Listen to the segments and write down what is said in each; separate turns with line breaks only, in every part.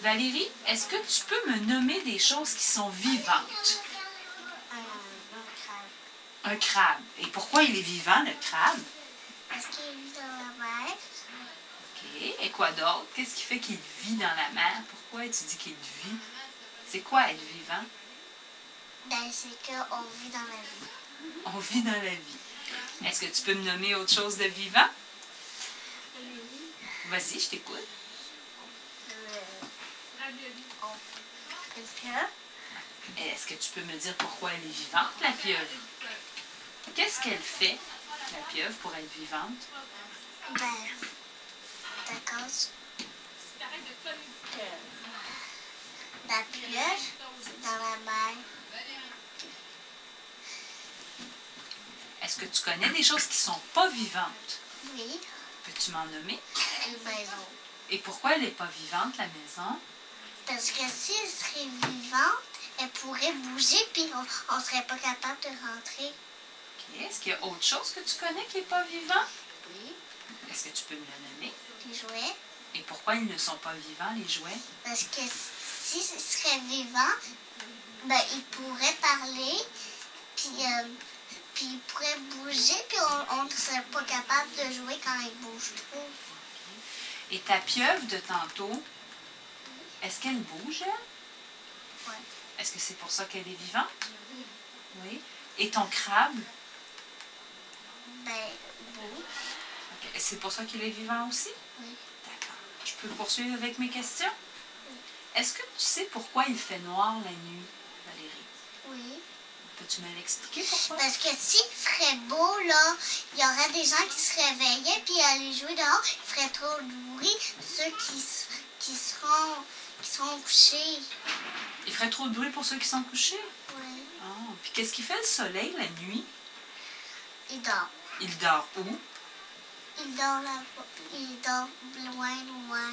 Valérie, est-ce que tu peux me nommer des choses qui sont vivantes? Un
Un crabe.
crabe. Et pourquoi il est vivant, le crabe?
Parce qu'il est dans la mer.
OK. Et quoi d'autre? Qu'est-ce qui fait qu'il vit dans la mer? Pourquoi tu dis qu'il vit? C'est quoi être vivant?
Ben, c'est qu'on vit dans la vie.
On vit dans la vie. Est-ce que tu peux me nommer autre chose de vivant? Vas-y, je t'écoute.
Une pieuvre.
Et Est-ce que tu peux me dire pourquoi elle est vivante, la pieuvre? Qu'est-ce qu'elle fait, la pieuvre, pour être vivante?
Ben, d'accord. La pieuvre, c'est dans la mer.
Est-ce que tu connais des choses qui sont pas vivantes?
Oui. ben
Peux-tu m'en nommer?
Une maison.
Et pourquoi elle n'est pas vivante, la maison?
Parce que si elle serait vivante, elle pourrait bouger, puis on, on serait pas capable de rentrer.
Ok. Est-ce qu'il y a autre chose que tu connais qui n'est pas vivant?
Oui.
Est-ce que tu peux me le nommer?
Les jouets.
Et pourquoi ils ne sont pas vivants, les jouets?
Parce que si ce serait vivant, ben, il pourrait parler, puis, euh, puis il pourrait bouger, puis on on ne serait pas capable de jouer quand il bouge trop.
Et ta pieuvre de tantôt, est-ce qu'elle bouge, elle?
Ouais.
Est-ce que c'est pour ça qu'elle est vivante? Oui. Et ton crabe,
Ben, oui.
ok, c'est pour ça qu'il est vivant aussi?
Oui.
D'accord. Je peux poursuivre avec mes questions? Est-ce que tu sais pourquoi il fait noir la nuit, Valérie?
Oui.
Peux-tu me l'expliquer pourquoi?
Parce que s'il ferait beau, là, il y aurait des gens qui se réveillaient, puis allaient jouer dehors, il ferait trop de bruit, ceux qui, s- qui, seront, qui seront couchés.
Il ferait trop de bruit pour ceux qui sont couchés.
Oui.
Ah, Puis qu'est-ce qu'il fait le soleil la nuit?
Il dort.
Il dort où?
Il dort là-bas. Il dort loin, loin.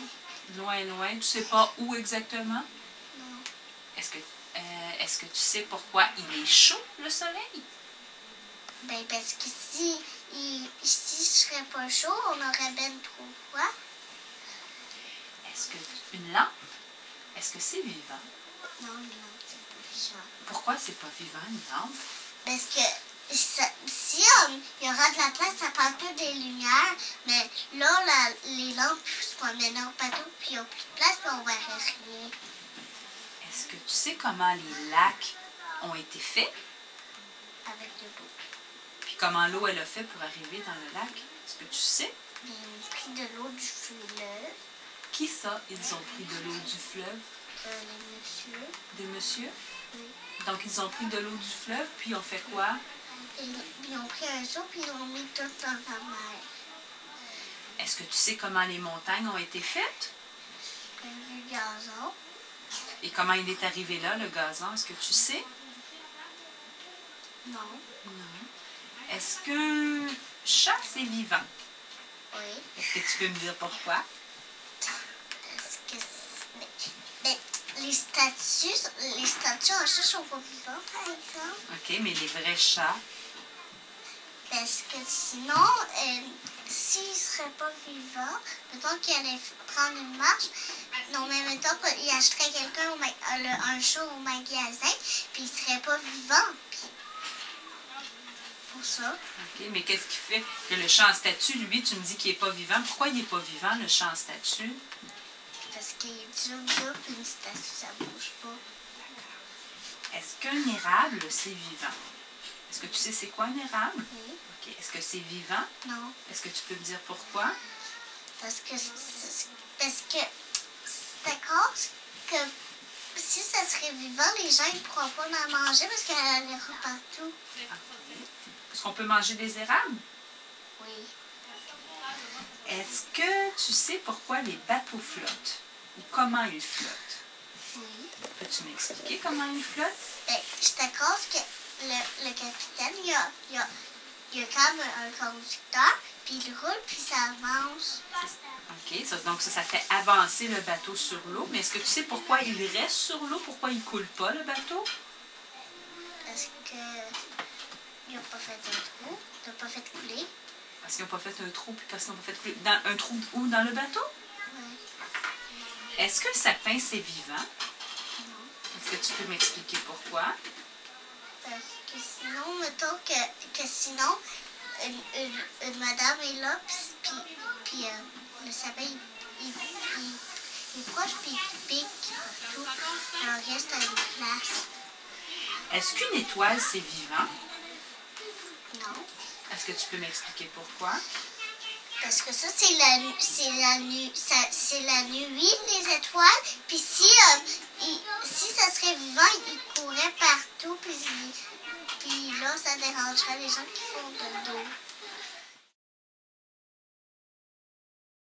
Loin, loin. Tu sais pas où exactement?
Non.
Est-ce que, euh, est-ce que tu sais pourquoi il est chaud, le soleil?
Ben, parce que si, il, si je serais pas chaud, on aurait ben trop froid.
Est-ce que une lampe? Est-ce que c'est vivant?
Non, non, c'est pas chaud.
Pourquoi c'est pas vivant une lampe?
Parce que ça- si on- il y aura de la place, ça prend que des lumières. Mais là, la- les lampes se promènent en bateau, puis il n'y a plus de place, puis on verrait rien.
Est-ce que tu sais comment les lacs ont été faits?
Avec de l'eau.
Puis comment l'eau elle a fait pour arriver dans le lac? Est-ce que tu sais?
Mais on a pris de l'eau du fleuve,
Qui ça? Ils ont pris de l'eau du fleuve
euh, les messieurs.
des messieurs?
Oui.
Donc ils ont pris de l'eau du fleuve, puis ils ont fait quoi?
Et ils ont pris un seau, puis ils l'ont mis tout dans la mer.
Est-ce que tu sais comment les montagnes ont été faites?
Puis du gazon.
Et comment il est arrivé là, le gazon? Est-ce que tu sais?
Non.
Est-ce que chaque c'est vivant?
Oui.
Est-ce que tu peux me dire pourquoi?
Parce que c'est- mais- mais les statues, les statues en chat sont pas vivantes, par exemple.
OK, mais les vrais chats,
Parce que sinon, euh, s'il ne serait pas vivant, mettons qu'il allait f- prendre une marche, non, mais mettons qu'il achèterait quelqu'un au ma- euh, le- un show au magasin, puis il serait pas vivant. puis- Pour ça,
OK, mais qu'est-ce qui fait que le chat en statue, lui, tu me dis qu'il n'est pas vivant? Pourquoi il n'est pas vivant, le chat en statue?
parce qu'il est dur, dur, puis une statue, ça bouge pas.
Est-ce qu'un érable, c'est vivant? Est-ce que tu sais c'est quoi un érable?
Oui,
OK, est-ce que c'est vivant?
non,
Est-ce que tu peux me dire pourquoi?
parce que. c- c- Parce que. D'accord que si ça serait vivant, les gens ne pourront pas en manger parce qu'elle allait partout.
Est-ce qu'on peut manger des érables?
Oui.
Est-ce que tu sais pourquoi les bateaux flottent? Ou comment ils flottent?
Oui.
Peux-tu m'expliquer comment ils flottent?
Ben, je t'accorde que le, le capitaine, il y a, il y a- il y a quand même un conducteur, puis il roule, puis ça avance.
OK, ça- donc ça, ça fait avancer le bateau sur l'eau. Mais est-ce que tu sais pourquoi il reste sur l'eau? Pourquoi il coule pas, le bateau?
Parce que il n'a pas fait de trou, il n'a pas fait couler.
Parce qu'ils n'ont pas fait un trou, puis parce qu'ils n'ont pas fait couler- dans, un trou où dans le bateau.
Ouais.
Est-ce qu'un sapin, c'est vivant?
Non.
Est-ce que tu peux m'expliquer pourquoi?
Parce que sinon, mettons que, que sinon, une, une- une madame est là, puis- puis puis, euh, le sapin, il, il, il- il est proche, puis il pique partout. Alors, il reste à une place.
Est-ce qu'une étoile, c'est vivant?
Non.
Est-ce que tu peux m'expliquer pourquoi?
Parce que ça, c'est la, nu- c'est la, nu- ça- c'est la nuit, les étoiles. Puis si, euh, il- si ça serait vivant, il courrait partout. Puis, il- puis là, ça dérangerait les gens qui font de dos.